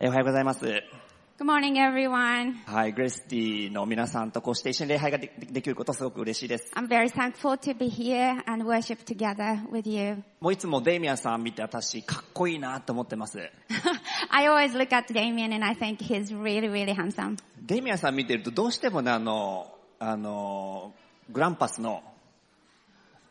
えーおはようございます。 Good morning, everyone. はい、グレスティの皆さんとこうして一緒に礼拝がででできることすごく嬉しいです。 I'm very thankful to be here and worship together with you. もういつもデイミアンさん見て私かっこいいなと思ってます。 I always look at Damien and I think he's really, really handsome. デイミアンさん見てるとどうしてもね、あの、あの、グランパスの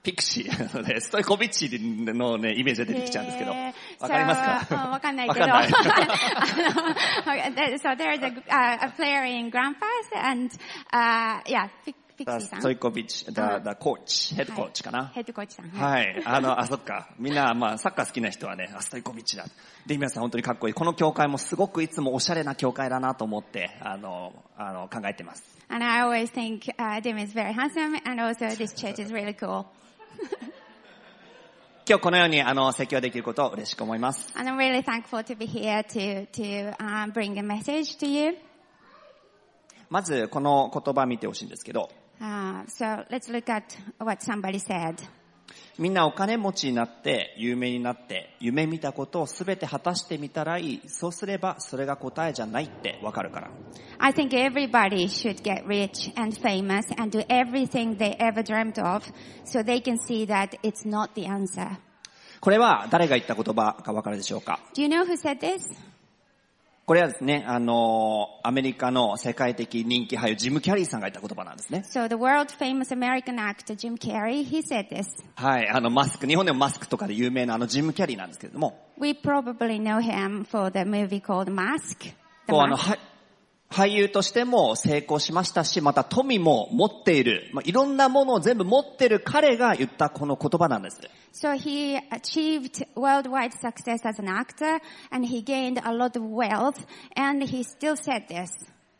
ピクシー、あのね、ストイコビッチのね、イメージが出てきちゃうんですけど、へーわかります So, かうんわかんないけど。 わかんないあの okay, there- so there's a, uh, a player in Grand Pass and, uh, yeah, Pix- The Pixie さん。 Stojkovic, the, the coach, head はい coach かな。ヘッドコーチさん。い。はい。あの、あ、そっか。みんな、まあ、サッカー好きな人はね、あ、ストイコビッチだ。で、皆さん本当にかっこいい。この教会もすごくいつもおしゃれな教会だなと思って、あの、あの、考えてます。 And I always think, uh, Damien is very handsome and also this church is really cool. 今日このように、あの、説教できることを嬉しく思います。 And I'm really thankful to be here to, to, um, bring a message to you. まず、この言葉見てほしいんですけど、 Uh, so let's look at what somebody said. みんなお金持ちになって、有名になって、夢見たことをすべて果たしてみたらいい。そうすれば、それが答えじゃないってわかるから。 I think everybody should get rich and famous and do everything they ever dreamt of so they can see that it's not the answer. これは、誰が言った言葉かわかるでしょうか Do you know who said this? これはですね、あのアメリカの世界的人気俳優、ジム・キャリーさんが言った言葉なんですね。 So the world famous American actor Jim Carrey, he said this. はい、あの、マスク、日本でもマスクとかで有名なあのジム・キャリーなんですけれども、 We probably know him for the movie called Mask. The こうあの、 Mask. は俳優としても成功しましたし、また富も持っている、まあ、いろんなものを全部持ってる彼が言ったこの言葉なんです。 So he achieved worldwide success as an actor and he gained a lot of wealth and he still said this.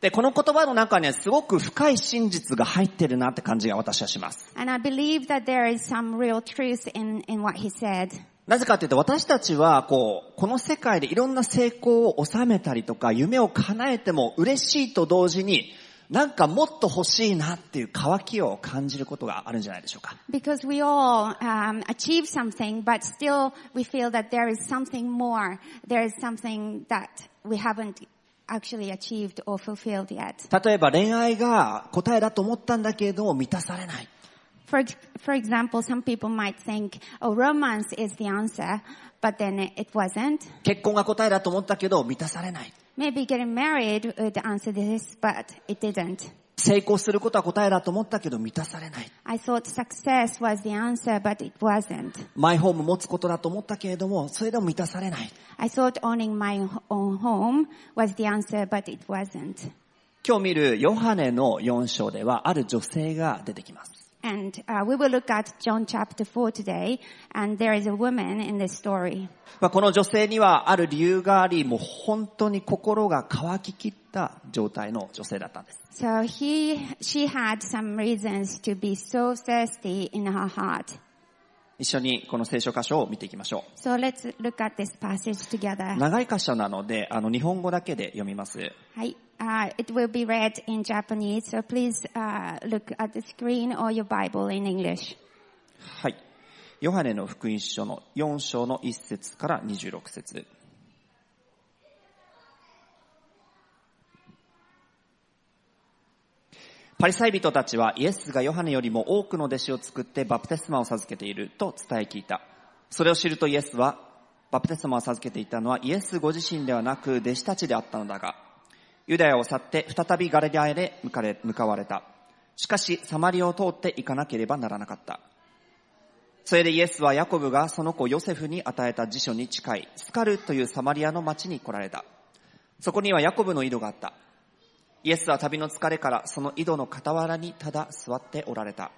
で、この言葉の中にはすごく深い真実が入ってるなって感じが私はします。 And I believe that there is some real truth in, in what he said. なぜかというと私たちはこう、この世界でいろんな成功を収めたりとか、夢を叶えても嬉しいと同時に、なんかもっと欲しいなっていう渇きを感じることがあるんじゃないでしょうか。 Because we all um, achieve something, but still we feel that there is something more. There is something that we haven't actually achieved or fulfilled yet. 例えば恋愛が答えだと思ったんだけど、満たされない。 For, ex- for example, some people might think, oh, romance is the answer, but then it it wasn't. 結婚が答えだと思ったけど、満たされない。 Maybe getting married would answer this, but it didn't. 成功することは答えだと思ったけど、満たされない。 I thought success was the answer, but it wasn't. マイホーム持つことだと思ったけれども、それでも満たされない。 I thought owning my h- own home was the answer, but it wasn't. 今日見るヨハネの4章では、ある女性が出てきます。 And uh, we will look at John chapter 4 today, and there is a woman in this story. まあ、この女性にはある理由があり、もう本当に心が乾ききった状態の女性だったんです。 So he, she had some reasons to be so thirsty in her heart. 一緒にこの聖書箇所を見ていきましょ So let's look at this passage う。 together. 長い箇所なので、あの、日本語だけで読みます。 I, uh, it will be read in Japanese, so please uh, look at the screen or your Bible in English. はい。ヨハネの福音書の4章の1節から26節。パリサイ人たちはイエスがヨハネよりも多くの弟子を作ってバプテスマを授けていると伝え聞いた。それを知るとイエスは、バプテスマを授けていたのはイエスご自身ではなく弟子たちであったのだが、ユダヤを去って再びガレデアへで向かれ向かわれた。しかしサマリアを通って行かなければならなかった。それでイエスはヤコブがその子ヨセフに与えた辞書に近いスカルというサマリアの町に来られた。そこにはヤコブの井戸があった。イエスは旅の疲れからその井戸の傍らにただ座っておられた。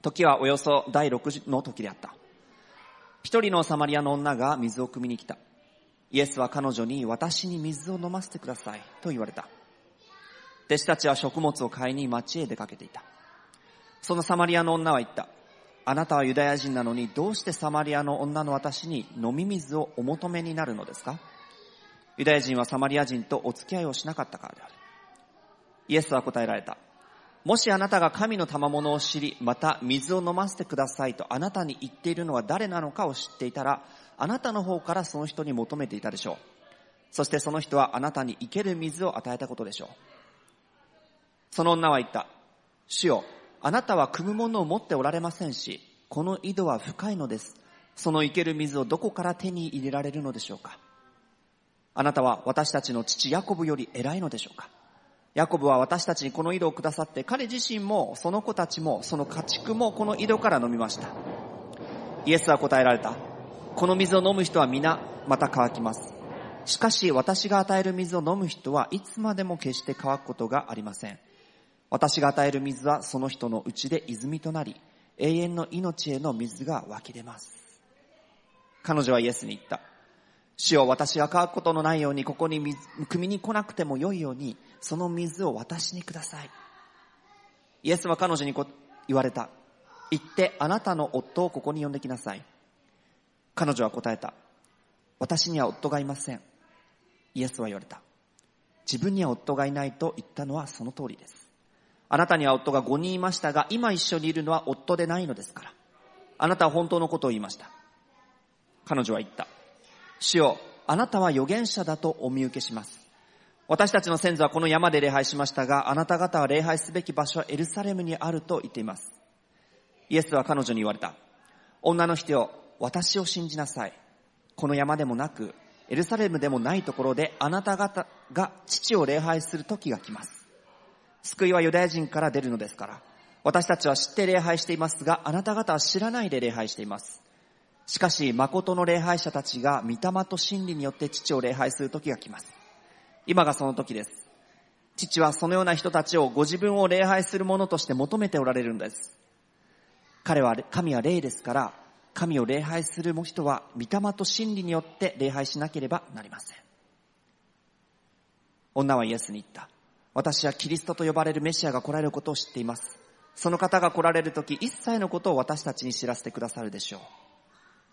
時はおよそ第六時の時であった。一人のサマリアの女が水を汲みに来た。イエスは彼女に私に水を飲ませてくださいと言われた。弟子たちは食物を買いに町へ出かけていた。そのサマリアの女は言った。あなたはユダヤ人なのにどうしてサマリアの女の私に飲み水をお求めになるのですかユダヤ人はサマリア人とお付き合いをしなかったからである。イエスは答えられた。もしあなたが神の賜物を知り、また水を飲ませてくださいとあなたに言っているのは誰なのかを知っていたら、あなたの方からその人に求めていたでしょう。そしてその人はあなたに生ける水を与えたことでしょう。その女は言った。主よ、あなたは汲むものを持っておられませんし、この井戸は深いのです。その生ける水をどこから手に入れられるのでしょうか。あなたは私たちの父ヤコブより偉いのでしょうか。ヤコブは私たちにこの井戸をくださって、彼自身もその子たちもその家畜もこの井戸から飲みました。イエスは答えられた。この水を飲む人は皆また乾きます。しかし私が与える水を飲む人はいつまでも決して乾くことがありません。私が与える水はその人のうちで泉となり、永遠の命への水が湧き出ます。彼女はイエスに言った。主よ私が乾くことのないようにここに水、汲みに来なくてもよいように、その水を私にください。イエスは彼女にこ言われた。行ってあなたの夫をここに呼んできなさい。彼女は答えた。私には夫がいません。イエスは言われた。自分には夫がいないと言ったのはその通りです。あなたには夫が5人いましたが、今一緒にいるのは夫でないのですから。あなたは本当のことを言いました。彼女は言った。主よ、あなたは預言者だとお見受けします。私たちの先祖はこの山で礼拝しましたが、あなた方は礼拝すべき場所はエルサレムにあると言っています。イエスは彼女に言われた。女の人よ、私を信じなさい。この山でもなく、エルサレムでもないところであなた方が父を礼拝する時が来ます。救いはユダヤ人から出るのですから、私たちは知って礼拝していますが、あなた方は知らないで礼拝しています。しかし、誠の礼拝者たちが御霊と真理によって父を礼拝する時が来ます。今がその時です。父はそのような人たちをご自分を礼拝する者として求めておられるのです。彼は、神は霊ですから、神を礼拝する人は御霊と真理によって礼拝しなければなりません。女はイエスに言った。私はキリストと呼ばれるメシアが来られることを知っています。その方が来られる時、一切のことを私たちに知らせてくださるでしょう。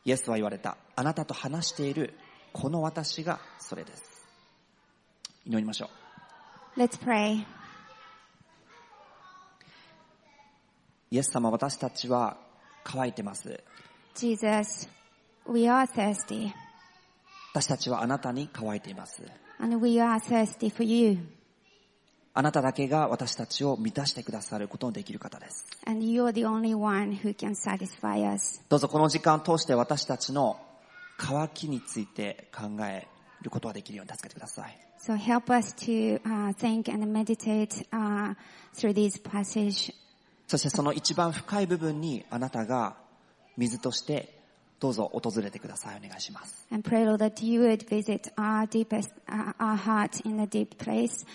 イエスは言われた。あなたと話している、この私がそれです。祈りましょう。 Let's pray. イエス様、私たちは乾いてます。 Jesus, we are thirsty 私たちはあなたに乾いています。 and we are thirsty for you. あなただけが私たちを満たしてくださることのできる方です。 And you're the only one who can satisfy us. どうぞこの時間を通して私たちの乾きについて考えることができるように助けてください。 So help us to uh, think and meditate uh, through this passage そしてその一番深い部分にあなたが水としてどうぞ訪れてください。お願いします。 and pray, Lord, that you would visit our deepest, uh, our heart in a deep place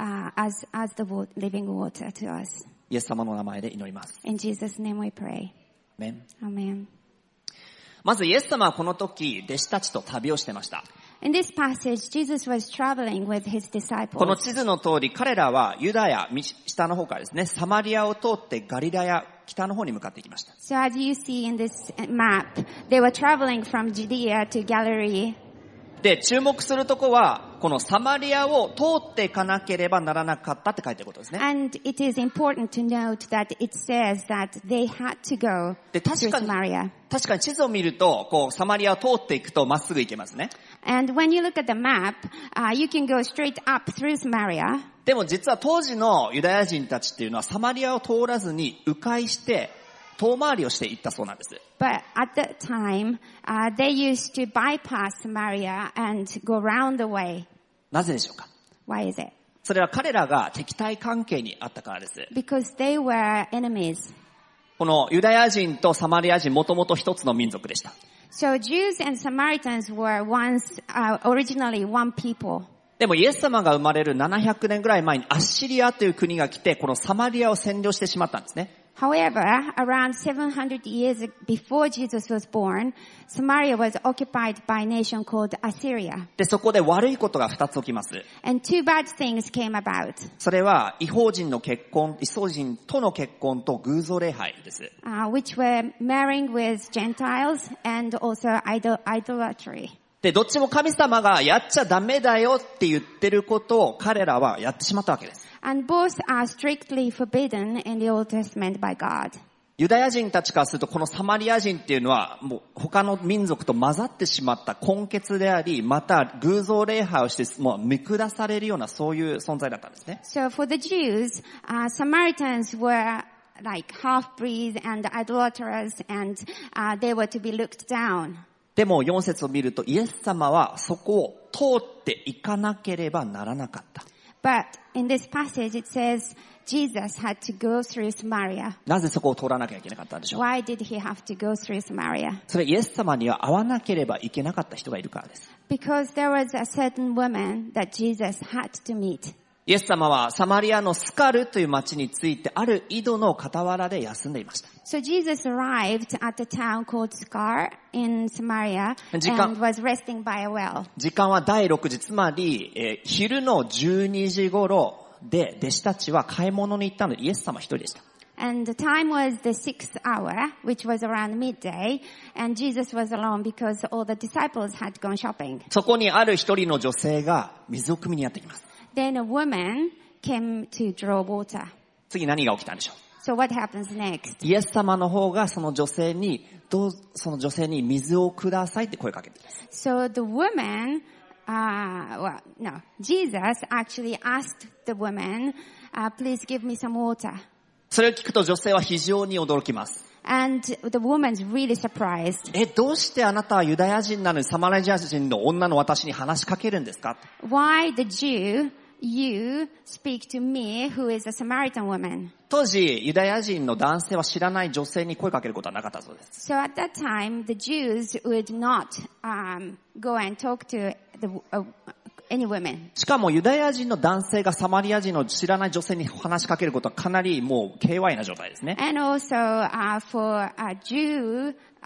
uh, as, as the wa- living water to us. イエス様の名前で祈ります。 In Jesus' name we pray. アーメン Amen. まずイエス様はこの時、弟子たちと旅をしてました。 In this passage, Jesus was traveling with his この disciples. 地図の通り、彼らはユダヤ、み下の方からですね、サマリアを通ってガリラヤ、北の方に向かっていきました。 So as you see in this uh, map, they were traveling from Judea to Galilee. で、注目するとこは、このサマリアを通っていかなければならなかったって書いてあることですね。 And it is important to note that it says that they had to go で、 to 確かに、 Samaria. 確かに地図を見ると、こう、サマリアを通っていくとまっすぐ行けますね。 And when you look at the map, uh, you can go straight up through Samaria. でも実は当時のユダヤ人たちっていうのはサマリアを通らずに迂回して、遠回りをしていったそうなんです。 But at that time, uh, they used to bypass Samaria and go round the way. なぜでしょうか Why is it? それは彼らが敵対関係にあったからです。 Because they were enemies. このユダヤ人とサマリア人もともと一つの民族でした。 So Jews and Samaritans were once uh, originally one people. でもイエス様が生まれる700年ぐらい前にアッシリアという国が来て、このサマリアを占領してしまったんですね。 However, around 700 years before Jesus was born, Samaria was occupied by a nation called Assyria. で、そこで悪いことが2つ起きます。 And two bad things came about. それは、違法人の結婚、違法人との結婚と偶像礼拝です。 uh, which were marrying with Gentiles and also idol- idolatry. で、どっちも神様がやっちゃダメだよって言ってることを彼らはやってしまったわけです。 And both are strictly forbidden in the Old Testament by God. ユダヤ人たちからするとこのサマリア人っていうのはもう他の民族と混ざってしまった根血であり、また偶像礼拝をしてもう見下されるようなそういう存在だったんですね。 So for the Jews, uh, Samaritans were like half-breeds and idolaters and uh, they were to be looked down. でも4節を見るとイエス様はそこを通っていかなければならなかった。 But in this passage it says Jesus had to go through Samaria. なぜそこを通らなきゃいけなかったんでしょう Why did he have to go through Samaria? それイエス様には会わなければいけなかった人がいるからです。 Because there was a certain woman that Jesus had to meet. イエス様はサマリアのスカルという町についてある井戸の傍らで休んでいました。 So Jesus arrived at a town called Scar in Samaria And you can't- and was resting by a well. 時間は第6時、つまり、えー昼の12時頃で弟子たちは買い物に行ったのでイエス様一人でした。 And the time was the sixth hour, which was around midday, and Jesus was alone because all the disciples had gone shopping. そこにある一人の女性が水を汲みにやってきます。 Then a woman came to draw water. 次何が起きたんでしょ So what happens next? うイエス様の方がその女性に、どうぞその女性に水をくださいって声かけてきます。 So the woman, uh, well, no, Jesus actually asked the woman, uh, please give me some water. それを聞くと女性は非常に驚きます。 And the woman's really surprised. え、どうしてあなたはユダヤ人なのにサマラジア人の女の私に話しかけるんですか Why the Jew, you speak to me who is a Samaritan woman? 当時、ユダヤ人の男性は知らない女性に声かけることはなかったそうです。 So at that time, the Jews would not um, go and talk to the, uh, any women. しかもユダヤ人の男性がサマリア人の知らない女性に話しかけることはかなりもう KY な状態ですね。 And also uh, for a Jew, uh,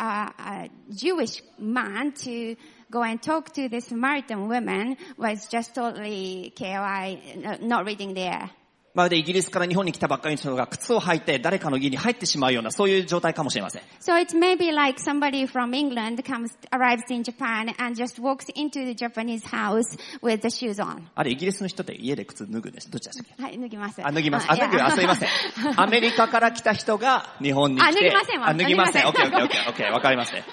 a Jewish man to go and talk to the Samaritan woman was just totally KOI, uh, not reading the air. まるでイギリスから日本に来たばっかりの人が靴を履いて誰かの家に入ってしまうようなそういう状態かもしれません。 So it's maybe like somebody from England comes, arrives in Japan and just walks into the Japanese house with the shoes on. あれイギリスの人って家で靴脱ぐんです。どっちでしたっけはい、脱ぎます。あ、脱ぎます。あ、いや脱ぐ。あ、すいません。アメリカから来た人が日本に来て。あ脱ぎませんわあ、脱ぎません。オ脱ッケーオぎッケーオッケーオッケー。ませんわかりますね。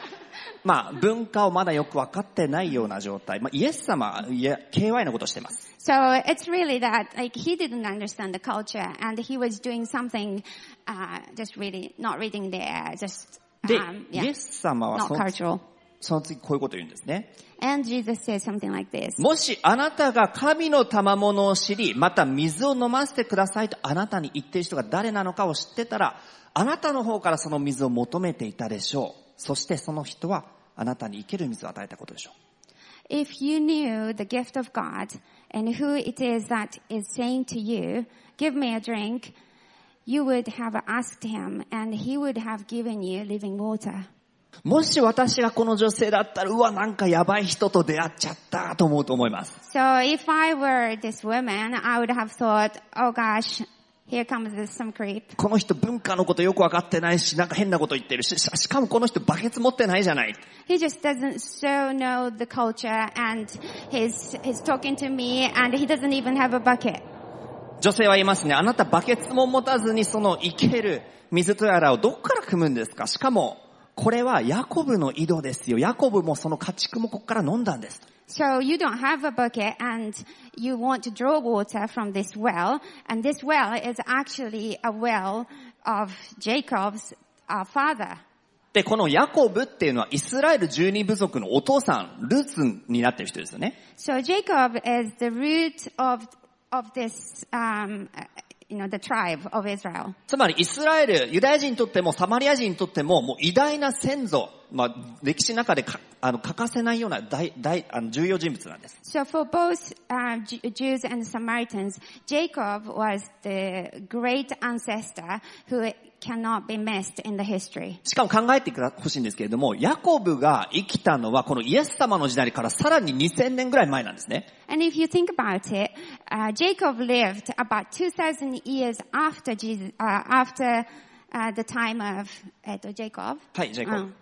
まあ、文化をまだよくわかってないような状態。まあ、イエス様、いや、KY のことしてます。 So it's really that like he didn't understand the culture and he was doing something uh, just really not reading the air, just で、 um, イ yeah, エス様は not その cultural. その次こういうこと言うんですね。 And Jesus said something like this. もしあなたが神の賜物を知り、また水を飲ませてくださいとあなたに言っている人が誰なのかを知ってたら、あなたの方からその水を求めていたでしょう。そしてその人はあなたに生ける水を与えたことでしょう。 If you knew the gift of God and who it is that is saying to you, give me a drink, you would have asked him and he would have given you living water. もし私がこの女性だったら、うわ、なんかやばい人と出会っちゃったと思うと思います。 So if I were this woman, I would have thought, oh gosh, here comes this, some creep. この人文化のことよくわかってないし、なんか変なこと言ってるし、ししかもこの人バケツ持ってないじゃない。 He just doesn't so know the culture and he's, he's talking to me and he doesn't even have a bucket. 女性は言いますね。あなたバケツも持たずにその生ける水とやらをどこから汲むんですかしかも、これはヤコブの井戸ですよ。ヤコブもその家畜もここから飲んだんです。 So you don't have a bucket and you want to draw water from this well and this well is actually a well of Jacob's uh, father. で、このヤコブっていうのはイスラエル十二部族のお父さん、ルーツになってる人ですよね。 So Jacob is the root of, of this, um, uh, you know, the tribe of Israel. つまりイスラエル、ユダヤ人にとってもサマリア人にとってももう偉大な先祖、まあ歴史の中でかあの欠かせないような大、大、あの重要人物なんです。 So for both uh, Ju- Jews and Samaritans, Jacob was the great ancestor who cannot be missed in the history. しかも考えてほしいんですけれども、ヤコブが生きたのはこのイエス様の時代からさらに2000年ぐらい前なんですね。 And if you think about it, uh, Jacob lived about 2,000 years after Jesus, uh, after uh, the time of uh, Jacob. はい、ジェイコブ。うん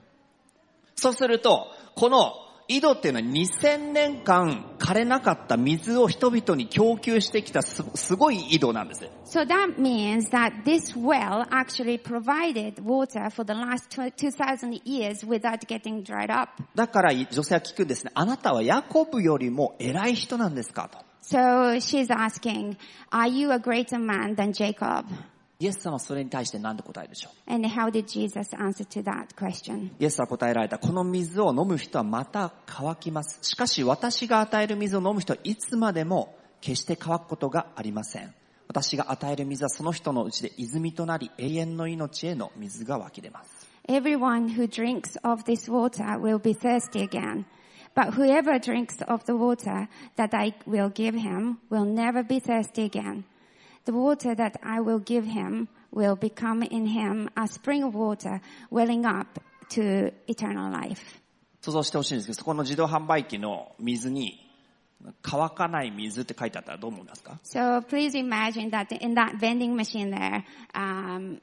そうすると、この井戸っていうのは2000年間枯れなかった水を人々に供給してきたすすごい井戸なんです。 So that means that this well actually provided water for the last tw- 2000 years without getting dried up. だからい女性は聞くんですね。あなたはヤコブよりも偉い人なんですかと。 So she's asking, are you a greater man than Jacob? イエス様はそれに対して何て答えるでしょ And how did Jesus answer to that う question? イエスは答えられた。この水を飲む人はまた乾きます。しかし私が与える水を飲む人はいつまでも決して乾くことがありません。私が与える水はその人のうちで泉となり永遠の命への水が湧き出ます。 Everyone who drinks of this water will be thirsty again. But whoever drinks of the water that I will give him will never be thirsty again. The water that I will give him will become in him a spring of water welling up to eternal life. 想像してほしいんですけど、そこの自動販売機の水に乾かない水って書いてあったらどう思いますか So please imagine that in that vending machine there, um,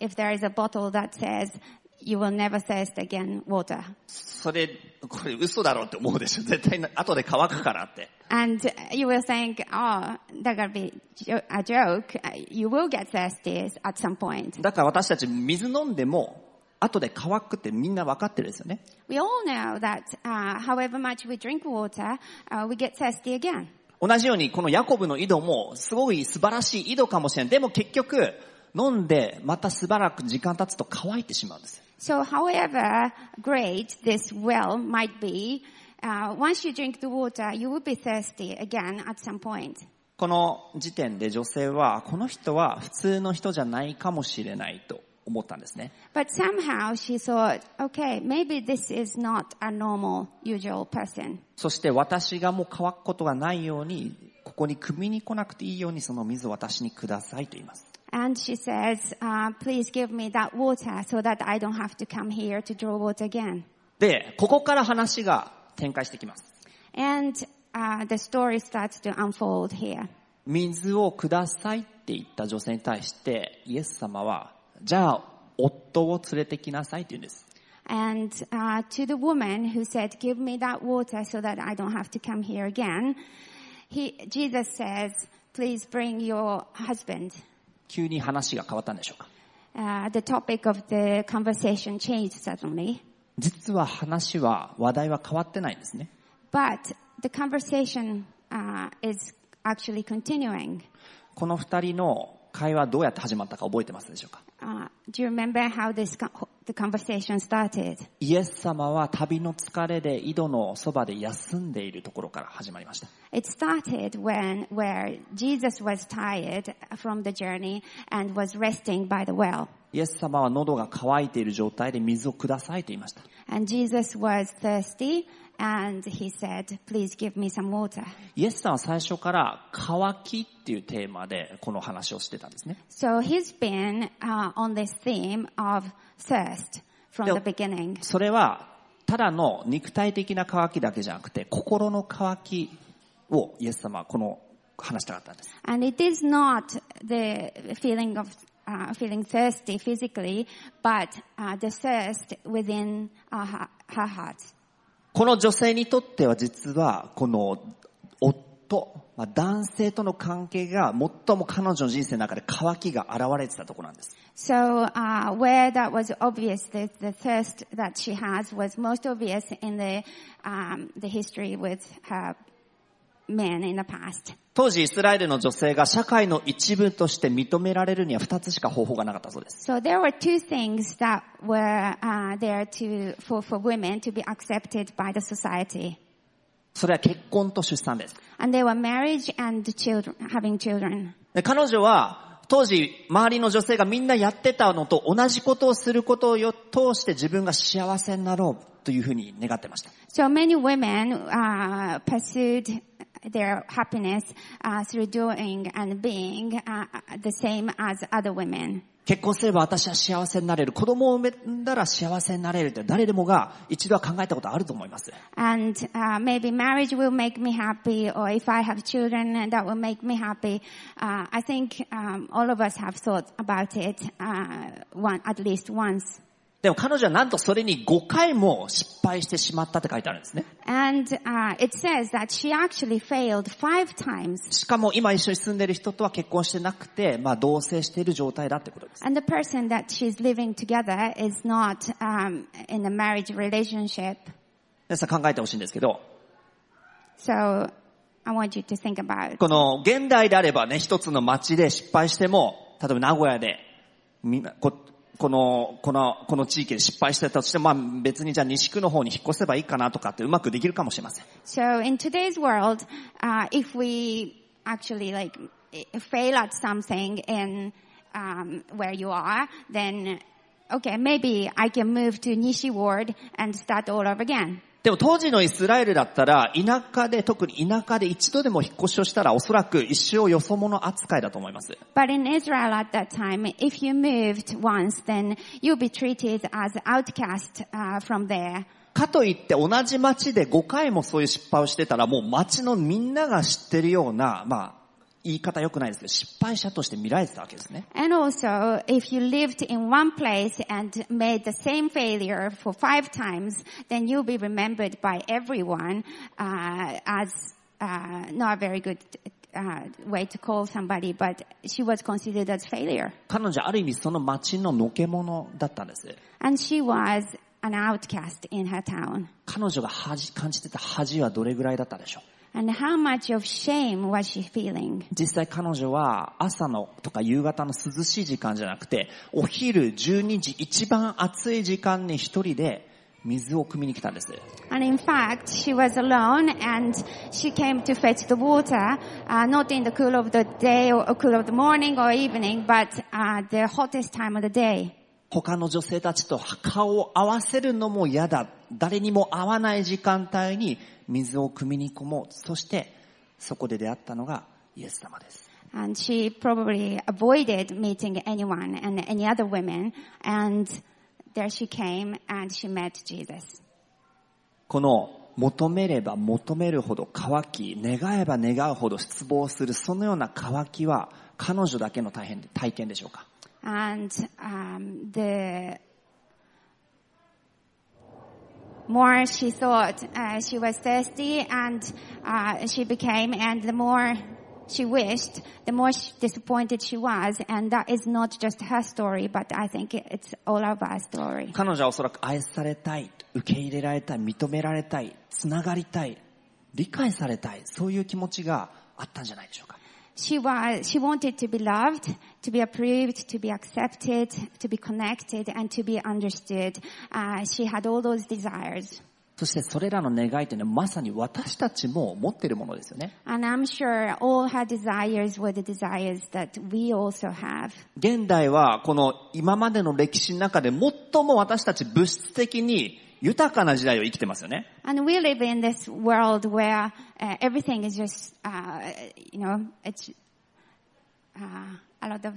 if there is a bottle that says, you will never thirst again water. それ、これ嘘だろうって思うでしょ。絶対な、後で乾くからって。 And you will think, oh, that gonna be jo- a joke. You will get thirsty at some point. だから私たち水飲んでも、後で乾くってみんな分かってるんですよね。 We all know that uh, however much we drink water, uh, we get thirsty again. 同じように、このヤコブの井戸も、すごい素晴らしい井戸かもしれない。でも結局、飲んで、またしばらく時間経つと乾いてしまうんです。 So however great this well might be, uh, once you drink the water, you will be thirsty again at some point. この時点で女性は、この人は普通の人じゃないかもしれないと思ったんですね。 But somehow she thought, okay, maybe this is not a normal, usual person. そして私がもう乾くことがないように、ここに汲みに来なくていいようにその水を私にくださいと言います。 And she says, uh, please give me that water so that I don't have to come here to draw water again. で、ここから話が展開してきます。 And uh, the story starts to unfold here. 水をくださいって言った女性に対して、イエス様は、じゃあ、夫を連れてきなさいって言うんです。 And uh, to the woman who said, give me that water so that I don't have to come here again, he, Jesus says, please bring your husband. 急に話が変わったんでしょうか。 Uh, the topic of the conversation changed suddenly, 実は話は、話題は変わってないんですね。 but the conversation uh, is actually continuing. この二人の会話どうやって始まったか覚えてますでしょうか。 Uh, do you remember how this co- the conversation started? イエス様は旅の疲れで井戸のそばで休んでいるところから始まりました。 It started when where Jesus was tired from the journey and was resting by the well, イエス様は喉が渇いている状態で水をくださいと言いました。 and Jesus was thirsty, and he said, "Please give me some water." イエスさんは最初から乾きっていうテーマでこの話をしてたんですね。 So he's been uh, on this theme of thirst from Now- the beginning. それはただの肉体的な乾きだけじゃなくて心の乾きをイエス様はこの話したかったんです。 And it is not the feeling of uh, feeling thirsty physically, but uh, the thirst within our, ha- her heart. この女性にとっては実はこの夫、まあ、男性との関係が最も彼女の人生の中で乾きが現れてたところなんです。 So uh, where that was obvious, the, the thirst that she has was most obvious in the um, the history with her men in the past. 当時イスラエルの女性が社会の一部として認められるには2つしか方法がなかったそうです。 So there were two things that were uh, there to for for women to be accepted by the society, それは結婚と出産です。 and they were marriage and children, having children. で彼女は当時周りの女性がみんなやってたのと同じことをすることをよ通して自分が幸せになろうというふうに願ってました。 So many women uh, pursued their happiness uh, through doing and being uh, the same as other women. 結婚すれば私は幸せになれる。子供を産んだら幸せになれるって誰でもが一度は考えたことあると思います。 And uh, maybe marriage will make me happy, or if I have children, uh, that will make me happy. Uh, I think um, all of us have thought about it uh, one, at least once. でも彼女はなんとそれに5回も失敗してしまったって書いてあるんですね。 And uh, it says that she actually failed five times. しかも今一緒に住んでる人とは結婚してなくて、まあ同棲している状態だってことです。 And the person that she's living together is not um, in a marriage relationship. 皆さん考えてほしいんですけど、 So I want you to think about it. この現代であればね、一つの街で失敗しても、例えば名古屋で、みんなここの、この、この地域で失敗してたとしても、まあ別にじゃあ西区の方に引っ越せばいいかなとかってうまくできるかもしれません。 So in today's world, uh, if we actually like i- fail at something in um, where you are, then okay, maybe I can move to Nishi Ward and start all over again. でも当時のイスラエルだったら、田舎で、特に田舎で一度でも引っ越しをしたら、おそらく一生よそ者扱いだと思います。 But in Israel at that time, if you moved once, then you'll be treated as outcast uh, from there. かといって同じ町で5回もそういう失敗をしてたら、もう町のみんなが知ってるような、まあ、言い方良くないですけど、失敗者として見られてたわけですね。 And also, if you lived in one place and made the same failure for five times, then you'll be remembered by everyone uh, as uh, not a very good uh, way to call somebody, but she was considered as failure, 彼女はある意味その町ののけ者だったんです。 and she was an outcast in her town. 彼女が恥、感じてた恥はどれぐらいだったでしょう And how much of shame was she feeling? 実際彼女は朝のとか夕方の涼しい時間じゃなくて、お昼12時一番暑い時間に一人で水を汲みに来たんです。 And in fact, she was alone and she came to fetch the water, uh, not in the cool of the day or or cool of the morning or evening, but uh, the hottest time of the day. 他の女性たちと顔を合わせるのも嫌だ。誰にも会わない時間帯に水を汲みに行もう。そして、そこで出会ったのがイエス様です。 And she probably avoided meeting anyone and any other women. And there she came and she met Jesus. この求めれば求めるほど乾き、願えば願うほど失望する、そのような乾きは彼女だけの大変体験でしょうか And um, the more she thought uh, she was thirsty and uh, she became, and the more she wished, the more sh disappointed she was. And that is not just her story, but I think it- it's all of our story. 彼女はおそらく愛されたい、受け入れられたい、認められたい、つながりたい、理解されたい、そういう気持ちがあったんじゃないでしょうか。 She was, she wanted to be loved, to be approved, to be accepted, to be connected, and to be understood. Uh, she had all those desires. そしてそれらの願いというのはまさに私たちも持っているものですよね。 And I'm sure all her desires were the desires that we also have. 現代はこの今までの歴史の中で最も私たち物質的に豊かな時代を生きてますよね。 And we live in this world where uh, everything is just, uh, you know, it's uh, a lot of,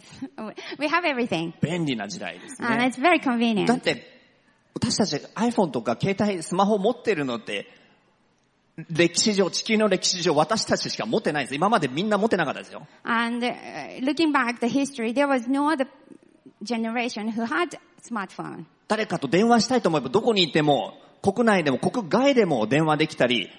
we have everything. 便利な時代ですね。 And it's very だっ convenient. て、私たち iPhone とか携帯、スマホ持ってるのって、歴史上、地球の歴史上、私たちしか持ってないです。今までみんな持ってなかったですよ。 And uh, looking back the history, there was no other generation who had smartphone. 誰かと電話したいと思えば、どこにいても、国内でも国外でも電話できたり、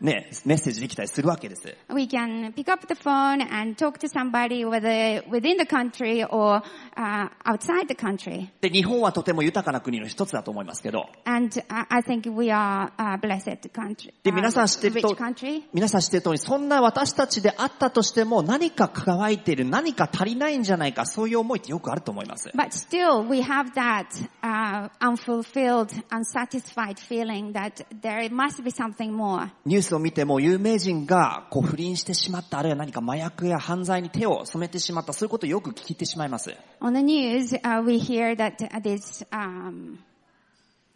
ね、メッセージできたりするわけです。 We can pick up the phone and talk to somebody whether within the country or uh, outside the country. で、日本はとても豊かな国の一つだと思いますけど、 And I I think we are a blessed country, で、 uh, 皆さん知ってると rich country. 皆さん知ってる通り、そんな私たちであったとしても、何か乾いている、何か足りないんじゃないか、そういう思いってよくあると思います。 But still, we have that uh, unfulfilled, unsatisfied feeling that there must be something more. ニュースを見ても有名人がこう不倫してしまった、あるいは何か麻薬や犯罪に手を染めてしまった、そういうことをよく聞いてしまいます。 On the news, uh, we hear that uh, these um,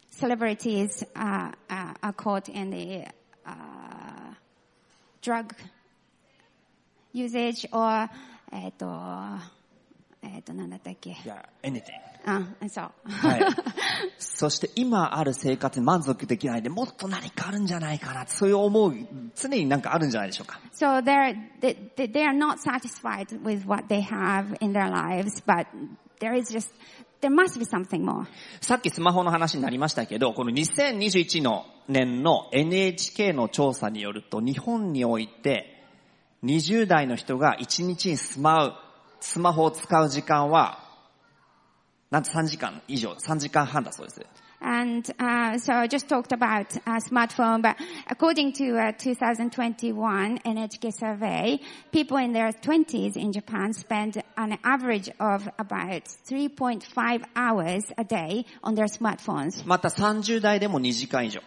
celebrities uh, uh, are caught in the uh, drug usage or eh, えっと、えっと、なんだったっけいや、anything。あ、そう。はい。 そして今ある生活に満足できないで、もっと何かあるんじゃないかな、そういう思う、常になんかあるんじゃないでしょうか。 So they're, they, they- they are not satisfied with what they have in their lives, but there is just there must be something more. さっきスマホの話になりましたけど、この2021の年の NHK の調査によると、日本において、20代の人が1日にスマスマホを使う時間は、なんと3時間以上、3時間半だそうです。 And uh, so I just talked about uh, smartphone, but according to uh, a 2021 NHK survey, people in their 20s in Japan spend an average of about 3.5 hours a day on their smartphones. また30代でも2時間以上。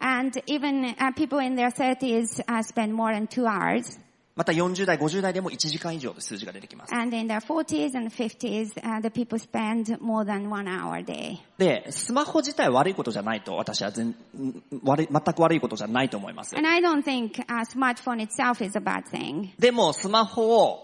And even uh, people in their 30s uh, spend more than two hours. また40代、50代でも1時間以上という数字が出てきます。 And in their 40s and 50s, uh, the people spend more than one hour a day. で、スマホ自体悪いことじゃないと、私は全、ん悪い、全く悪いことじゃないと思います。 And I don't think uh smartphone itself is a bad thing. でも、スマホを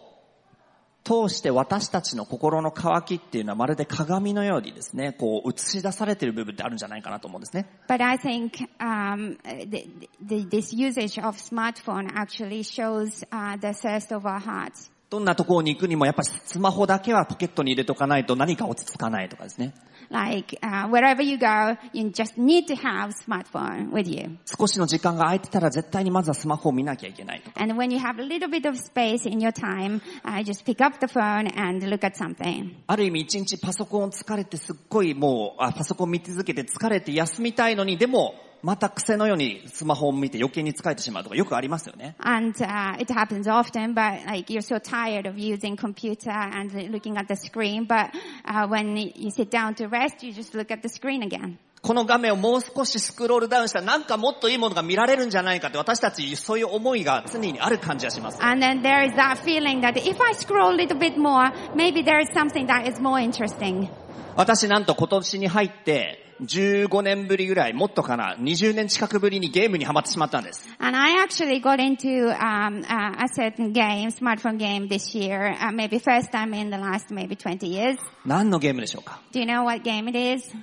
通して私たちの心の渇きっていうのはまるで鏡のようにですね、こう映し出されている部分ってあるんじゃないかなと思うんですね。 But I think um, uh, the, the, this usage of smartphone actually shows uh, the thirst of our hearts. どんなところに行くにもやっぱりスマホだけはポケットに入れとかないと何か落ち着かないとかですね。 Like uh, wherever you go, you just need to have smartphone with you. 少しの時間が空いてたら絶対にまずはスマホを見なきゃいけないとか。 And when you have a little bit of space in your time, uh, just pick up the phone and look at something. ある意味一日パソコン疲れてすっごいもう、あパソコン見続けて疲れて休みたいのに、でもまた癖のようにスマホを見て余計に疲れてしまうとかよくありますよね。 And uh, it happens often, but like you're so tired of using computer and looking at the screen. But uh, when you sit down to rest, you just look at the screen again. この画面をもう少しスクロールダウンしたらなんかもっといいものが見られるんじゃないかって私たちそういう思いが常にある感じがします。 And then there is that feeling that if I scroll a little bit more, maybe there is something that is more interesting. 私なんと今年に入って15年ぶりぐらい、もっとかな、20年近くぶりにゲームにハマってしまったんです。 And I actually got into um, uh, a certain game, smartphone game this year, uh, maybe first time in the last maybe 20 years. 何のゲームでしょうか Do you know what game it is?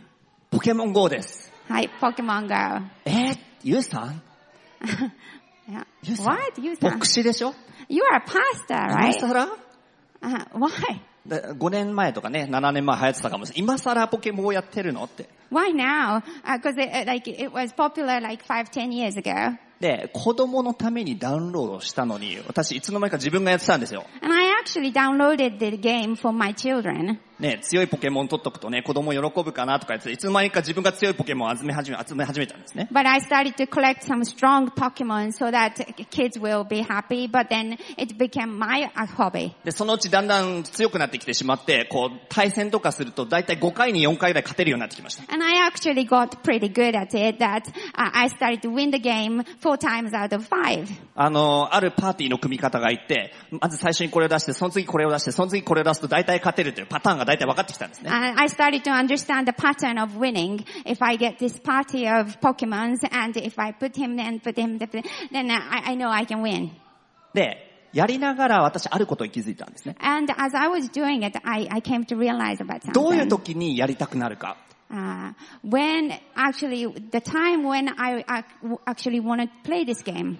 ポケモン GO です。 Hi, Pokemon Go. えー、ゆうさん Yeah. ゆうさん What? You, 牧師でしょ you are a pastor, 今 right? 更 Uh, why? だ5年前とかね、7年前流行ってたかもしれない。今更ポケモンをやってるのって。 Why now? Because it, it, like it was popular like five, ten years ago, and で、子供のためにダウンロードしたのに、私いつの間にか自分がやってたんですよ。 I actually downloaded the game for my children. ね、強いポケモン取っとくとね、子供喜ぶかなとか言って、いつの間にか自分が強いポケモンを集め始め、集め始めたんですね。 But I started to collect some strong Pokemon so that kids will be happy. But then it became my uh, hobby. で、そのうちだんだん強くなってきてしまって、こう、対戦とかすると、だいたい5回に4回ぐらい勝てるようになってきました。 And I actually got pretty good at it that uh, I started to win the game four times out of five. あの、あるパーティーの組み方がいて、まず最初にこれを出して、その次これを出して、その次これを出すと大体勝てるというパターンが大体分かってきたんですね。 And I started to understand the pattern of winning. If I get this party of Pokemons and if I put him then, put him, then, then I, I know I can win. で、やりながら私あることに気づいたんですね。 And as I was doing it, I, I came to realize about どういう something. 時にやりたくなるか。 Uh, when actually, the time when I ac- actually wanted to play this game.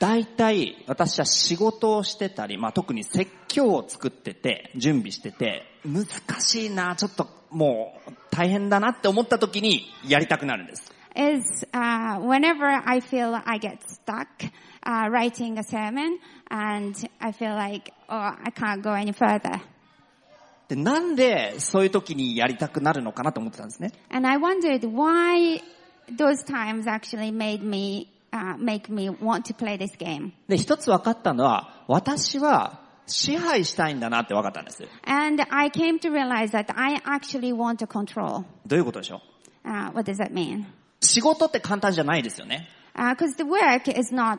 大体私は仕事をしてたり、まあ、特に説教を作ってて、準備してて、難しいな、ちょっともう大変だなって思った時にやりたくなるんです。 is uh, whenever I feel I get stuck uh, writing a sermon and I feel like, oh, I can't go any further. で、なんでそういう時にやりたくなるのかなと思ってたんですね。 And I wondered why those times actually made me, uh, make me want to play this game. で、一つ分かったのは、私は支配したいんだなって分かったんです。 And I came to realize that I actually want to control. どういうことでしょう Uh, what does that mean? 仕事って簡単じゃないですよね。 Because the work is not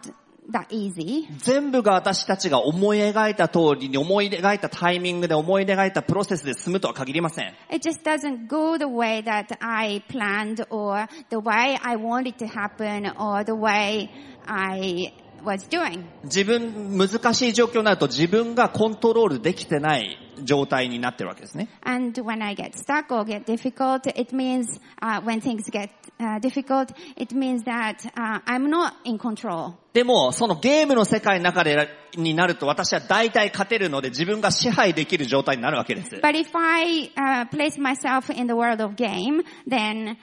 that easy. 全部が私たちが思い描いた通りに思い描いたタイミングで思い描いたプロセスで進むとは限りません。 It just doesn't go the way that I planned or the way I want it to happen or the way I was doing. 自分、難しい状況になると自分がコントロールできてない状態になってるわけですね。 And when I get stuck or get difficult, it means uh, when things get uh, difficult, it means that uh, I'm not in control. でも、そのゲームの世界の中でになると私は大体勝てるので自分が支配できる状態になるわけです。 But if I uh, place myself in the world of game, then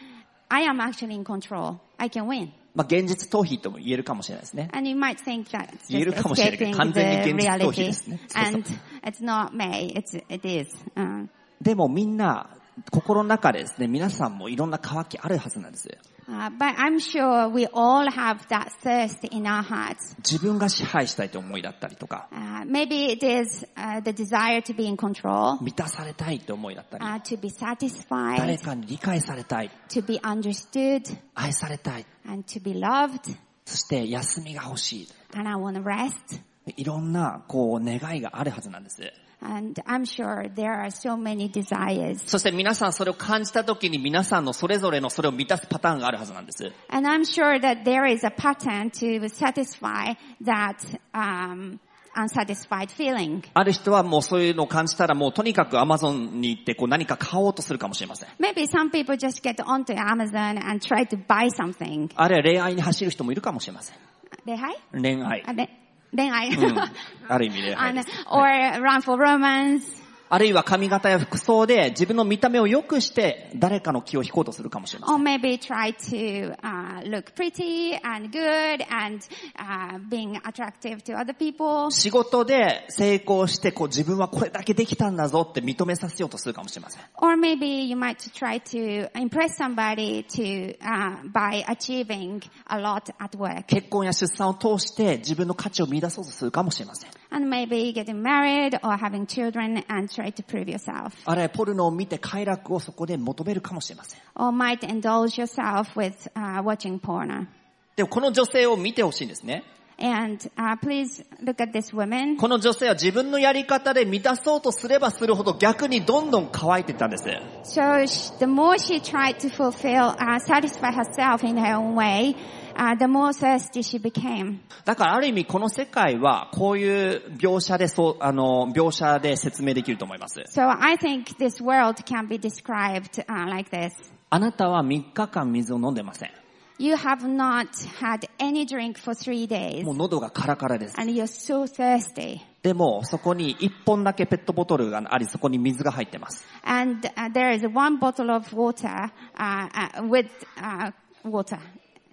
I am actually in control. I can win. まあ、現実逃避とも言えるかもしれないですね。 And you might think that it's 言える just かもしれないけど、 escaping 完全に現実逃避 the reality. ですね。そうそう。 And it's not me, it's, it is. Uh, でもみんな、心の中でですね、皆さんもいろんな渇きあるはずなんです。 uh, but I'm sure we all have that thirst in our hearts. 自分が支配したいと思いだったりとか、 Uh, maybe it is uh, the desire to be in control, 満たされたいと思いだったり、 uh, to be 誰 satisfied, かに理解されたい、 to be understood, 愛されたい、 and to be loved. そして休みが欲しい。 And I want to rest. いろんな、こう、願いがあるはずなんです。 And I'm sure there are so many desires. そして皆さんそれを感じた時に皆さんのそれぞれのそれを満たすパターンがあるはずなんです。 And I'm sure that there is a pattern to satisfy that um, unsatisfied feeling. ある人はもうそういうのを感じたらもうとにかく Amazon に行ってこう何か買おうとするかもしれません。 Maybe some people just get onto Amazon and try to buy something. あるいは恋愛に走る人もいるかもしれません。 They hi? 恋愛。 And Then then うん I ある意味恋愛 and, です。 or run for romance. あるいは髪型や服装で自分の見た目を良くして誰かの気を引こうとするかもしれません。 Or maybe try to uh, look pretty and good and uh, being attractive to other people. 仕事で成功してこう自分はこれだけできたんだぞって認めさせようとするかもしれません。 Or maybe you might try to impress somebody to uh, by achieving a lot at work, 結婚や出産を通して自分の価値を見出そうとするかもしれません。 and maybe getting married or having children and try to prove yourself, あるいはポルノを見て快楽をそこで求めるかもしれません。 or might indulge yourself with uh, watching porn. でもこの女性を見てほしいんですね。 And uh, please look at this woman. この女性は自分のやり方で満たそうとすればするほど逆にどんどん乾いていったんです。 So sh the more she tried to fulfill, uh, satisfy herself in her own way, uh, the more thirsty she became. だからある意味この世界はこういう描写でそう、あの、描写で説明できると思います。 So I think this world can be described uh, like this. あなたは3日間水を飲んでません。 You have not had any drink for three days もう喉がカラカラです。 and you're so thirsty. でもそこに1本だけペットボトルがありそこに水が入ってます。 And uh, there is one bottle of water uh, uh, with uh, water.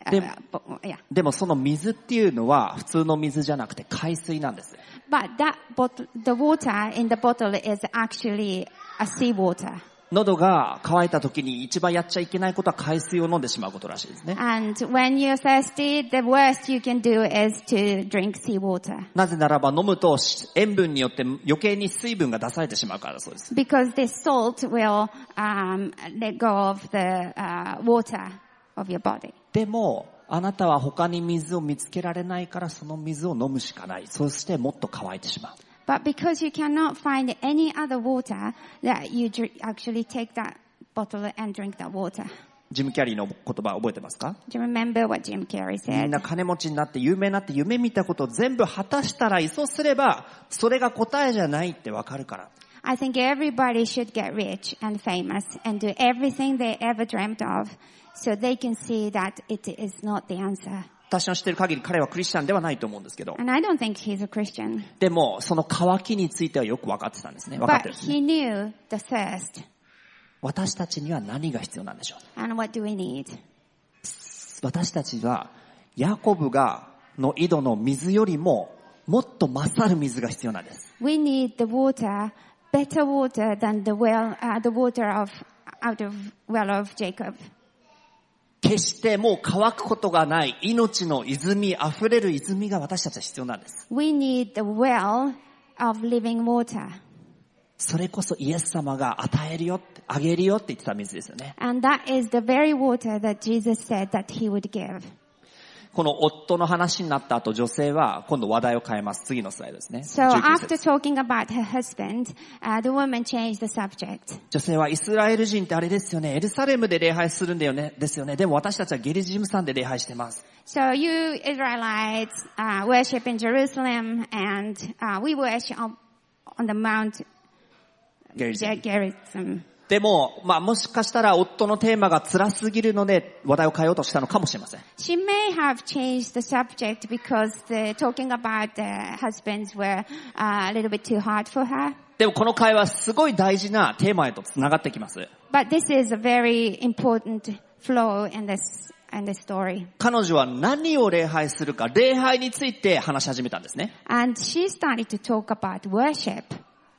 Uh, Dem- bo- yeah. でもその水っていうのは普通の水じゃなくて海水なんです。 But that bottle, the water in the bottle is actually a seawater. 喉が渇いた時に一番やっちゃいけないことは海水を飲んでしまうことらしいですね。 And when you're thirsty, the worst you can do is to drink seawater. なぜならば飲むと塩分によって余計に水分が出されてしまうからだそうです。 Because the salt will um, let go of the uh, water of your body. でも、あなたは他に水を見つけられないからその水を飲むしかない。そしてもっと乾いてしまう。 But because you cannot find any other water, that you dr- actually take that bottle and drink that water. ジム・キャリーの言葉覚えてますか Do you remember what Jim Carrey みん said? な金持ちになって有名になって夢見たことを全部果たしたらいそすれば、それが答えじゃないってわかるから。 I think everybody should get rich and famous and do everything they ever dreamt of so they can see that it is not the answer. 私の知ってる限り彼はクリスチャンではないと思うんですけど。 And I don't think he's a Christian. でも、その渇きについてはよく分かってたんですね。分かっ But てるんですね。 he knew the thirst. 私たちには何が必要なんでしょう And what do we need? 私たちは、ヤコブが、の井戸の水よりも、もっと勝る水が必要なんです。 We need the water, better water than the well, uh, the water of, out of, well of Jacob. 決してもう乾くことがない命の泉、溢れる泉が私たちは必要なんです。 We need the well of living water. それこそイエス様が与えるよって、あげるよって言ってた水ですよね。 And that is the very water that Jesus said that he would give. この夫の話になった後、女性は今度話題を変えます。次のスライドですね。 So 19節 after talking about her husband, uh, the woman changed the subject. 女性はイスラエル人ってあれですよね。エルサレムで礼拝するんだよね。ですよね。でも私たちはゲリジム山で礼拝してます。 So you Israelites uh, worship in Jerusalem and uh, we worship on, on the Mount ゲリジム。 Gerizim. でも、まあもしかしたら夫のテーマが辛すぎるので話題を変えようとしたのかもしれません。 She may have changed the subject because the talking about the husbands were uh, a little bit too hard for her. でもこの会話すごい大事なテーマへと繋がってきます。 But this is a very important flow in this in this story. 彼女は何を礼拝するか、礼拝について話し始めたんですね。 And she started to talk about worship.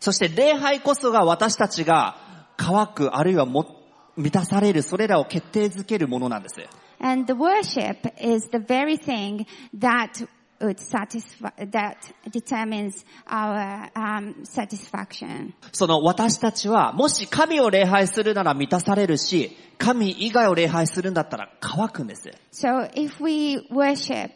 そして礼拝こそが私たちが乾く、あるいはも満たされる、それらを決定づけるものなんです。 And the worship is the very thing that would satisfy, that determines our um, satisfaction. その私たちは、もし神を礼拝するなら満たされるし、神以外を礼拝するんだったら乾くんです。 So if we worship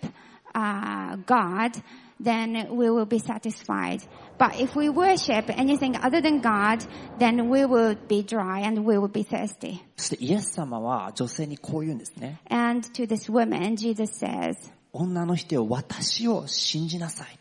uh, God, then we will be satisfied. But if we worship anything other than God, then we will be dry and we will be thirsty. そしてイエス様は女性にこう言うんですね。 And to this woman, Jesus says, 女の人よ、私を信じなさい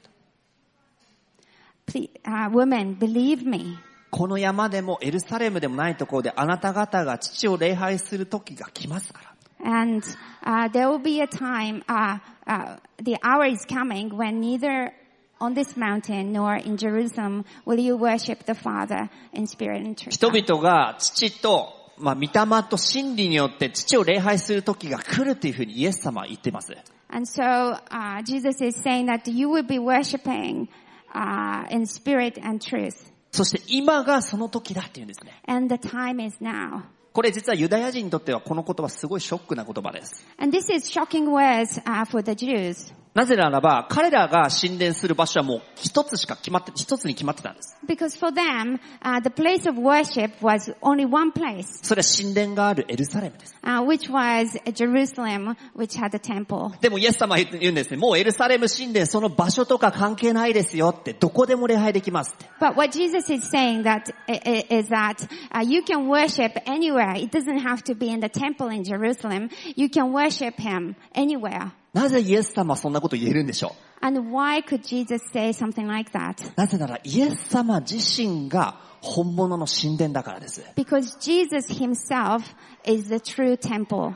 と。 "Please, uh, woman, believe me. この山でもエルサレムでもないところであなた方が父を礼拝する時が来ますから。 And uh, there will be a time, uh, uh, the hour is coming when neither on this mountain nor in Jerusalem will you worship the Father in spirit and truth. 人々が父と、まあ、御霊と真理によって父を礼拝する時が来るというふうにイエス様は言ってます。 And so uh, Jesus is saying that you will be worshiping uh, in spirit and truth. そして今がその時だっていうんですね。 And the time is now. これ実はユダヤ人にとってはこの言葉すごいショックな言葉です。 And this is shocking words uh, for the Jews なぜならば彼らが神殿する場所はもう一つしか決まって、一つに決まってたんです。 because for them uh, the place of worship was only one place, それは神殿があるエルサレムです。 uh, which was Jerusalem, which had a temple. でもイエス様は言うんですね。もうエルサレム神殿その場所とか関係ないですよって、どこでも礼拝できますって。 But what Jesus is saying that i- i- is that uh, you can worship anywhere. It doesn't have to be in the temple in Jerusalem. You can worship Him anywhere. なぜイエス様はそんなこと言えるんでしょ And why could Jesus say something like that? うなぜならイエス様自身が本物の神殿だからです。 Because Jesus himself is the true temple.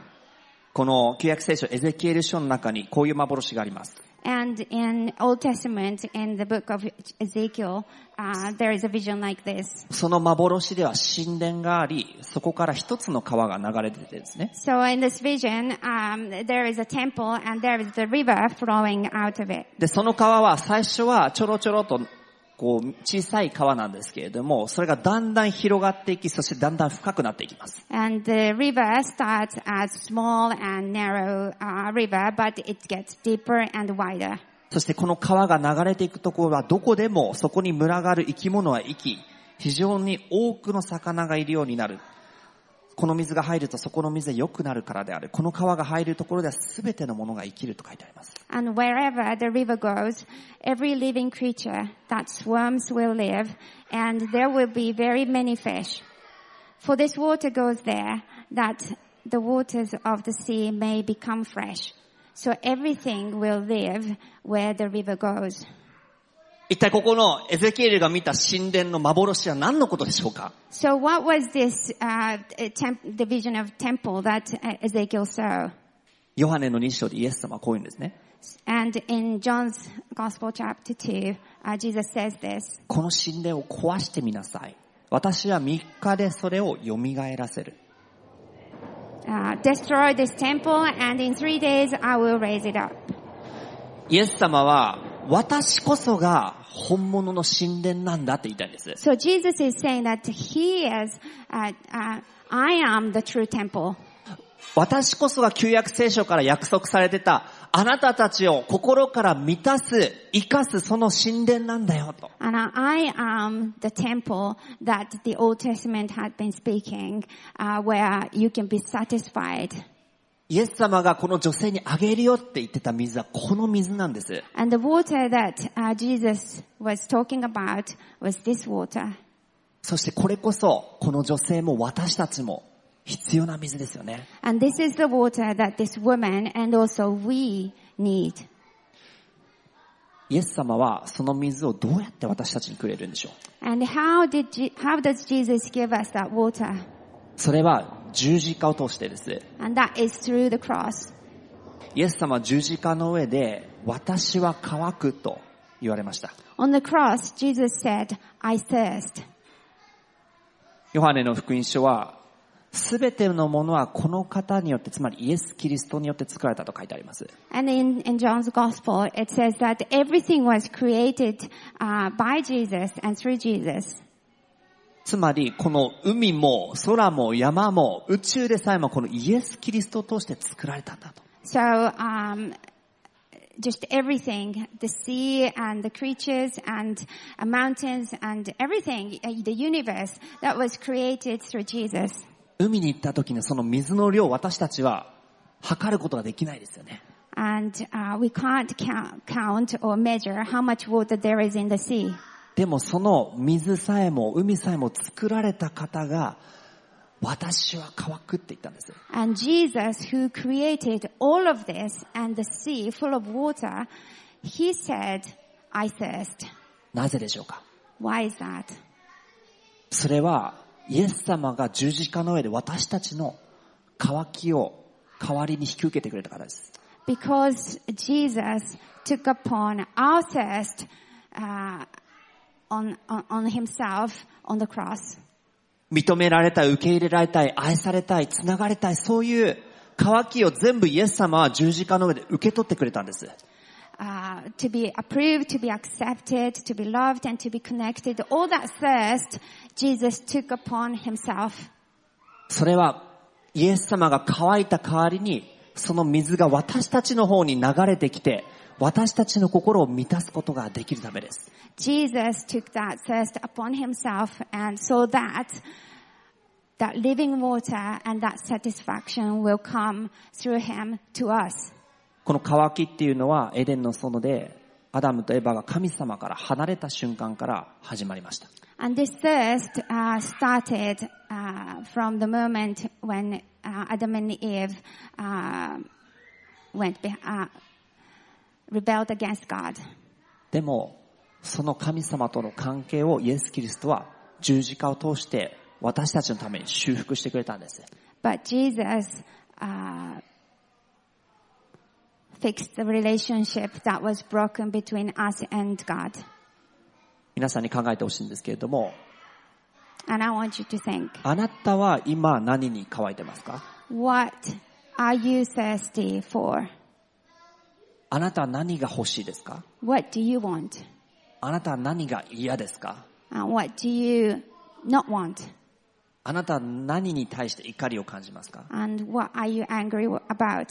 この旧約聖書エゼキエル書の中にこういう幻があります。 And in Old Testament, in the book of Ezekiel, uh, there is a vision like this. その幻では神殿があり、そこから一つの川が流れててですね。 So in this vision, um, there is a temple and there is the river flowing out of it. で、その川は最初はちょろちょろとこう小さい川なんですけれども、それがだんだん広がっていき、そしてだんだん深くなっていきます。 And the river starts as small and narrow uh, river, but it gets deeper and wider. そしてこの川が流れていくところはどこでもそこに群がる生き物は生き、非常に多くの魚がいるようになる。この水が入るとそこの水は良くなるからである。この川が入るところでは全てのものが生きると書いてあります。 And wherever the river goes, every living creature that swarms will live, and there will be very many fish. For this water goes there, that the waters of the sea may become fresh. So everything will live where the river goes. 一体ここのエゼキエルが見た神殿の幻は何のことでしょうか So what was this uh, temp- the vision of temple that uh, Ezekiel saw? ヨハネの2章でイエス様はこう言うんですね。 And in John's Gospel chapter 2, uh, Jesus says this. この神殿を壊してみなさい。私は3日でそれを蘇らせる。 uh, destroy this temple and in three days I will raise it up. イエス様は、私こそが本物の神殿なんだって言いたいんです。 So Jesus is saying that he is, uh, uh, I am the true temple. 私こそが旧約聖書から約束されてた、あなたたちを心から満たす、生かすその神殿なんだよと。 And I- I am the temple that the Old Testament had been speaking, uh, where you can be satisfied. イエス様がこの女性にあげるよって言ってた水はこの水なんです。 And the water that uh, Jesus was talking about was this water. そしてこれこそ、この女性も私たちも必要な水ですよね。 And this is the water that this woman and also we need. イエス様はその水をどうやって私たちにくれるんでしょう And how did Je- how does Jesus give us that water? それは十字架を通してです。 And that is through the cross. イエス様は十字架の上で、私は乾くと言われました。 On the cross, Jesus said, I thirst. ヨハネの福音書は、すべてのものはこの方によって、つまりイエス・キリストによって作られたと書いてあります。 And in, in John's gospel, it says that everything was created uh, by Jesus and through Jesus. つまり、この海も空も山も宇宙でさえもこのイエス・キリストを通して作られたんだと。 So um, just everything, the sea and the creatures and uh, mountains and everything, uh, the universe that was created through Jesus. 海に行った時のその水の量、私たちは測ることができないですよね。 And uh, we can't count, count or measure how much water there is in the sea. でもその水さえも海さえも作られた方が、私は乾くって言ったんです。 And Jesus, who created all of this and the sea full of water, he said, I thirst. なぜでしょうか Why is that? それは、イエス様が十字架の上で私たちの渇きを代わりに引き受けてくれたからです。 Because Jesus took upon our thirst uh, on, on, on himself on the cross. 認められたい、受け入れられたい、愛されたい、繋がれたい、そういう渇きを全部イエス様は十字架の上で受け取ってくれたんです。 Uh, to be approved, to be accepted, to be loved, and to be connected. All that thirst, Jesus took upon himself. それは、イエス様が乾いた代わりに、その水が私たちの方に流れてきて、私たちの心を満たすことができるためです。 Jesus took that thirst upon himself and so that that living water and that satisfaction will come through him to us. この乾きっていうのは、エデンの園で、アダムとエバが神様から離れた瞬間から始まりました。 And this thirst uh, started uh, from the moment when uh, Adam and Eve uh, went beh uh, rebelled against God. でも、その神様との関係をイエス・キリストは十字架を通して私たちのために修復してくれたんです。 But Jesus uh, fixed the relationship that was broken between us and God. 皆さんに考えてほしいんですけれども、 And I want you to think, あなたは今何に乾いてますか what are you thirsty for? あなたは何が欲しいですか What do you want? あなたは何が嫌ですか And what do you not want? あなたは何に対して怒りを感じますか And what are you angry about?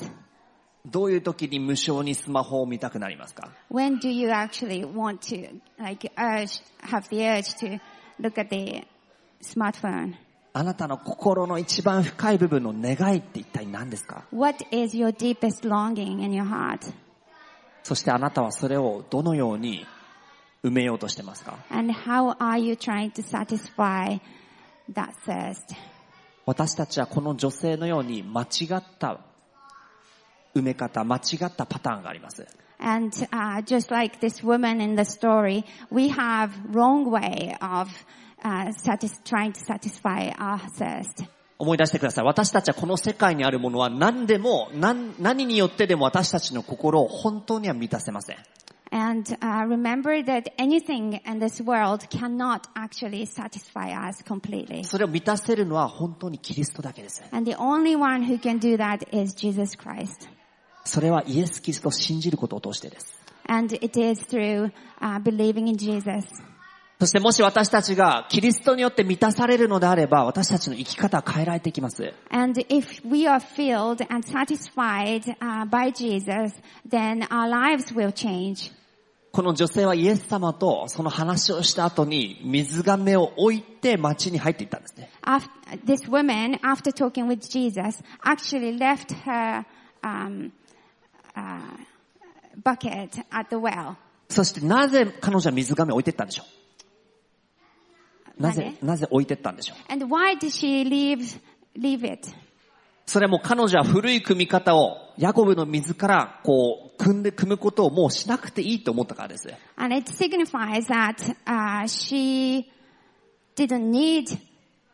どういう時に無償にスマホを見たくなりますか When do you actually want to, like, urge, have the urge to look at the smartphone? あなたの心の一番深い部分の願いって一体何ですか What is your deepest longing in your heart? そしてあなたはそれをどのように埋めようとしてますか And how are you trying to satisfy that thirst? 私たちはこの女性のように間違った埋め方、間違ったパターンがあります。 And uh, just like this woman in the story, we have wrong way of uh, satis- trying to satisfy our thirst. 思い出してください。私たちはこの世界にあるものは何でも、何何によってでも私たちの心を本当には満たせません。 And uh, remember that anything in this world cannot actually satisfy us completely. それを満たせるのは本当にキリストだけです。 And the only one who can do that is Jesus Christ. それはイエス・キリストを信じることを通してです。 And it is through uh, believing in Jesus. そしてもし私たちがキリストによって満たされるのであれば、私たちの生き方は変えられてきます。 And if we are filled and satisfied uh, by Jesus, then our lives will change. この女性はイエス様とその話をした後に水がめを置いて町に入っていったんですね。 After, this woman, after talking with Jesus, actually left her um, uh, bucket at the well. そしてなぜ彼女は水がめを置いていったんでしょうななぜぜ、なぜ置いていったんでしょう And why did she leave leave it? それはもう彼女は古い組み方を、ヤコブの水からこう、組んで、組むことをもうしなくていいと思ったからです。 And it signifies that uh, she didn't need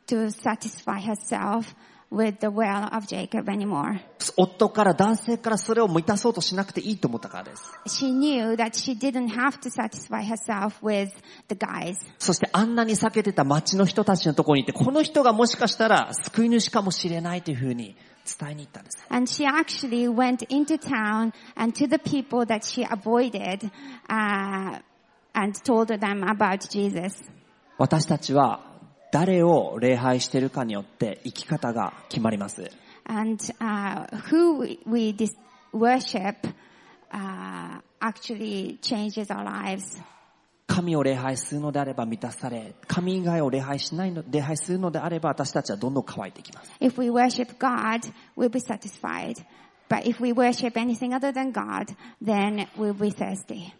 to satisfy herself with the well of Jacob anymore. 夫から、男性からそれを満たそうとしなくていいと思ったからです。 She knew that she didn't have to satisfy herself with the guys. そしてあんなに避けてた町の人たちのところに行って、この人がもしかしたら救い主かもしれないというふうに伝えに行ったんです。 And she actually went into town and to the people that she avoided uh, and told them about Jesus. 私たちは誰を礼拝しているかによって生き方が決まります。 And uh, who we, we dis- worship uh, actually changes our lives. 神を礼拝するのであれば満たされ、神以外を礼拝しないの、礼拝するのであれば私たちはどんどん乾いていきます。 If we worship God, we'll be satisfied. But if we worship anything other than God, then we'll be thirsty.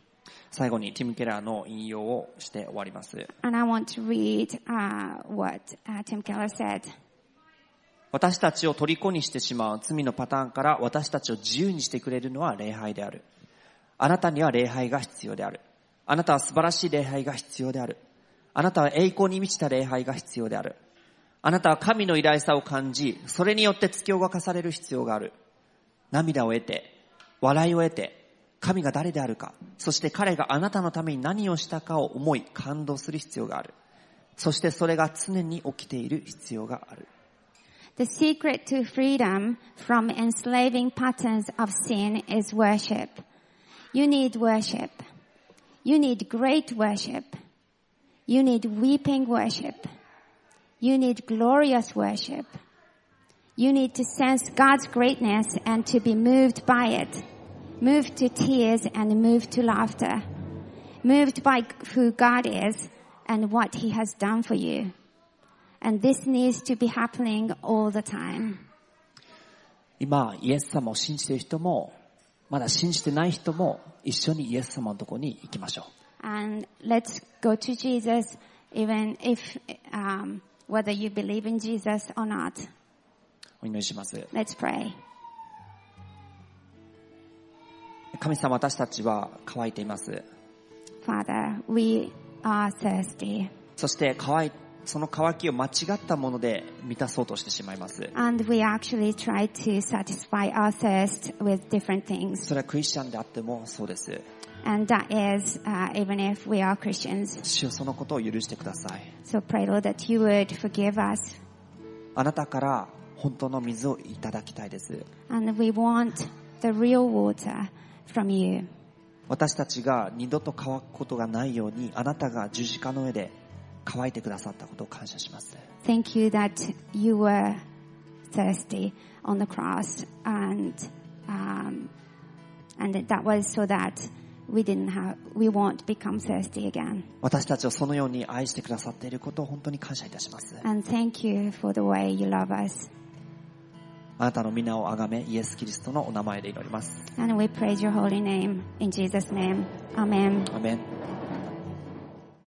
最後にティム・ケラーの引用をして終わります。 And I want to read uh, what uh, Tim Keller said. 私たちを虜にしてしまう罪のパターンから私たちを自由にしてくれるのは礼拝である。あなたには礼拝が必要である。あなたは素晴らしい礼拝が必要である。あなたは栄光に満ちた礼拝が必要である。あなたは神の偉大さを感じ、それによって突き動かされる必要がある。涙を得て、笑いを得て、神が誰であるか、そして彼があなたのために何をしたかを思い感動する必要がある。そしてそれが常に起きている必要がある。 The secret to freedom from enslaving patterns of sin is worship. You need worship. You need great worship. You need weeping worship. You need glorious worship. You need to sense God's greatness and to be moved by it. Moved to tears and moved to laughter. Moved by who God is and what He has done for you. And this needs to be happening all the time. 今、イエス様を信じている人も、まだ信じてない人も、一緒にイエス様のとこに行きましょう。 And let's go to Jesus, even if, um, whether you believe in Jesus or not. お祈りします。 Let's pray. 神様、私たちは乾いています。 Father, we are thirsty そして乾い、その乾きを間違ったもので満たそうとしてしまいます。 and we actually try to satisfy our thirst with different things. それはクリスチャンであってもそうです。 And that is, uh, even if we are Christians. 主よそのことを許してください。 So pray, Lord, that you would forgive us あなたから本当の水をいただきたいです。 and we want the real water from you. 私たちが二度と乾くことがないように、あなたが十字架の上で乾いてくださったことを感謝します。 Thank you that you were thirsty on the cross and um, and that that was so that we didn't have we won't become thirsty again. 私たちをそのように愛してくださっていることを本当に感謝いたします。 And thank you for the way you love us. あなたの皆をあがめ、イエス・キリストのお名前で祈ります。 And we praise your holy name in Jesus' name. Amen. アメン。